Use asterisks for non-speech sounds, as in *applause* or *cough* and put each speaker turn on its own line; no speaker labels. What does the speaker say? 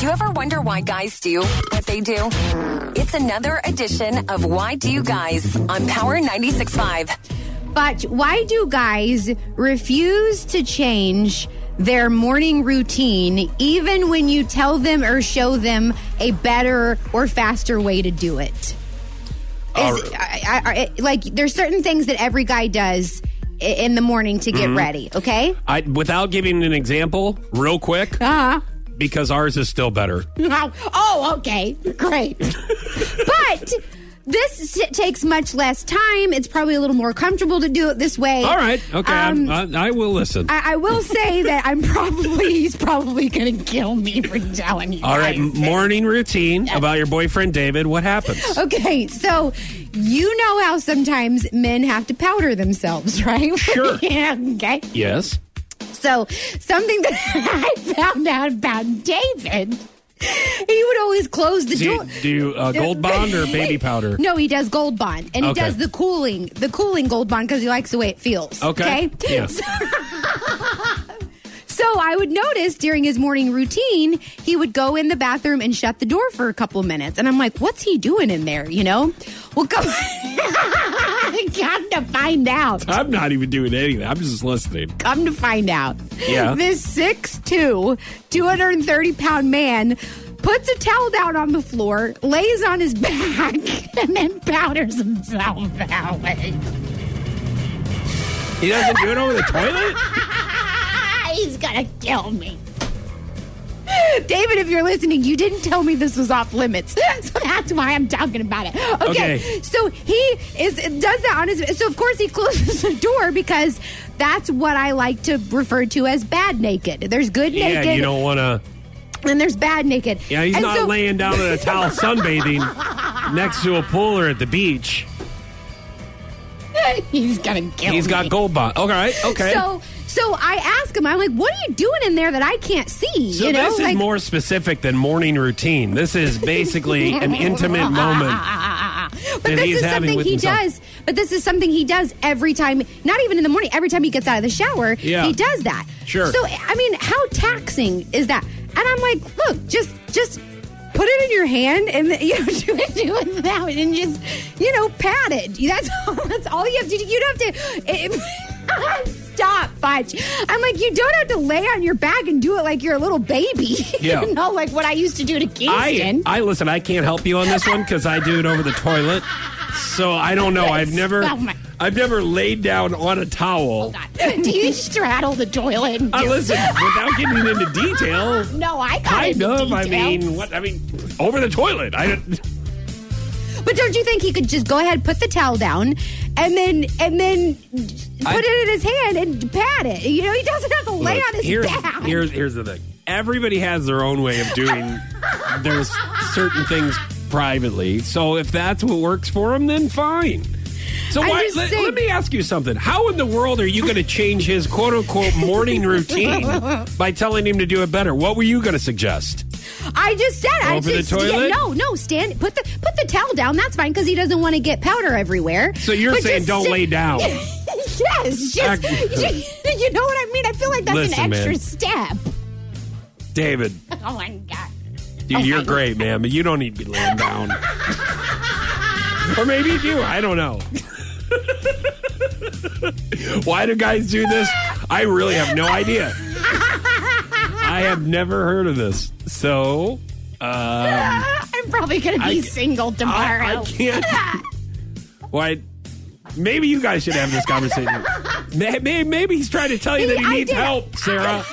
You ever wonder why guys do what they do? It's another edition of Why Do You Guys on Power 96.5.
But why do guys refuse to change their morning routine even when you tell them or show them a better or faster way to do it? Is-
Our-
I- I- I- like, there's certain things that every guy does i- in the morning to
Mm-hmm.
get ready, okay?
I, without giving an example, real quick,
Uh huh.
because ours is still better.
*laughs* Oh, okay. Great. *laughs* but. This t- takes much less time. It's probably a little more comfortable to do it this way.
All right. Okay.
Um,
I'm, I, I will listen.
I, I will say that I'm probably he's probably gonna kill me for telling you.
All right.
guys.
Morning routine about your boyfriend, David. What happens?
*laughs* Okay, so you know how sometimes men have to powder themselves, *laughs* right?
Sure.
yeah. Okay.
Yes.
So something that *laughs* I found out about David, he would always close the
Do you
door.
do you, uh, gold bond or baby powder?
No, he does gold bond, and he
Okay.
does the cooling, the cooling gold bond because he likes the way it feels.
Okay. Yeah.
So, *laughs* so I would notice during his morning routine, he would go in the bathroom and shut the door for a couple minutes, and I'm like, "What's he doing in there?" You know? Well, *laughs* go. Come to find out.
I'm not even doing anything. I'm just listening.
Come to find out.
Yeah.
This 6'2, 230 pound man puts a towel down on the floor, lays on his *laughs* back, and then powders himself that way. *laughs*
He doesn't do it over the toilet.
He's gonna kill me. David, if you're listening, you didn't tell me this was off limits, *laughs* so that's why I'm talking about it. Okay,
Okay.
so he is does that on his. So of course he *laughs* closes the door because that's what I like to refer to as bad naked. There's good
Yeah,
naked,
you don't want to.
and there's bad naked.
Yeah, he's
And
not
so-
laying down in a towel sunbathing next to a pool or at the beach.
*laughs* He's gonna kill.
He's got
me.
gold bond. All right. Okay.
So, so I ask him. I'm like, "What are you doing in there that I can't see?"
So
you know,
this is
like,
more specific than morning routine. This is
*laughs*
basically an intimate moment.
But
that
this
he's
is
having
something
with
he
himself.
does. But this is something he does every time. Not even in the morning. Every time he gets out of the shower,
Yeah.
he does that.
Sure.
So I mean, how taxing is that? And I'm like, look, just just put it in your hand and *laughs* you know, do it, do it that way and just you know pat it. That's *laughs* all. That's all you have to do. You don't have to. It, *laughs* Stop, Fudge. I'm like, you don't have to lay on your back and do it like you're a little baby. *laughs*
Yeah.
you know, like what I used to do to Kingston.
I, I listen. I can't help you on this one because I do it over the toilet. So I don't know. I've never,
Oh my-
I've never laid down on a towel.
God. Do you straddle the toilet? And
I
do-
listen without getting into
*laughs*
detail.
*gasps* no, I got
Kind
into
of. I
detail.
mean, what? I mean, over the toilet. I
But don't you think he could just go ahead, put the towel down, and then and then put
I-
it in his hand and pat it? You know, he doesn't have to lay
Look,
on his
here's,
back.
Here's here's the thing. Everybody has their own way of
*laughs*
doing. there's certain things privately. So if that's what works for them, then fine. So
I'm
why?
just
Let,
saying-
let me ask you something. How in the world are you going to change his quote unquote
*laughs*
morning routine by telling him to do it better? What were you going to suggest?
I just said I
Over the
just
toilet?
no, no, stand put the put the towel down. That's fine because he doesn't want to get powder everywhere.
So you're
But
saying
just
don't
sit-
lay down.
*laughs* yes, just
I-
*laughs* you know what I mean. I feel like that's
Listen,
an extra
man.
step. *laughs*
David,
Oh my god.
dude,
Oh my
you're
God.
great, man, but you don't need to be
*laughs*
laying down. or maybe you do. I don't know. Why do guys do this? I really have no idea. I have never heard of this. So uh,
*laughs* I'm probably gonna be
I-
single
I,
tomorrow.
I can't. Why?
*laughs*
Maybe you guys should have this conversation. Maybe, maybe he's trying to tell you that he
I
needs
did-
help, Sarah.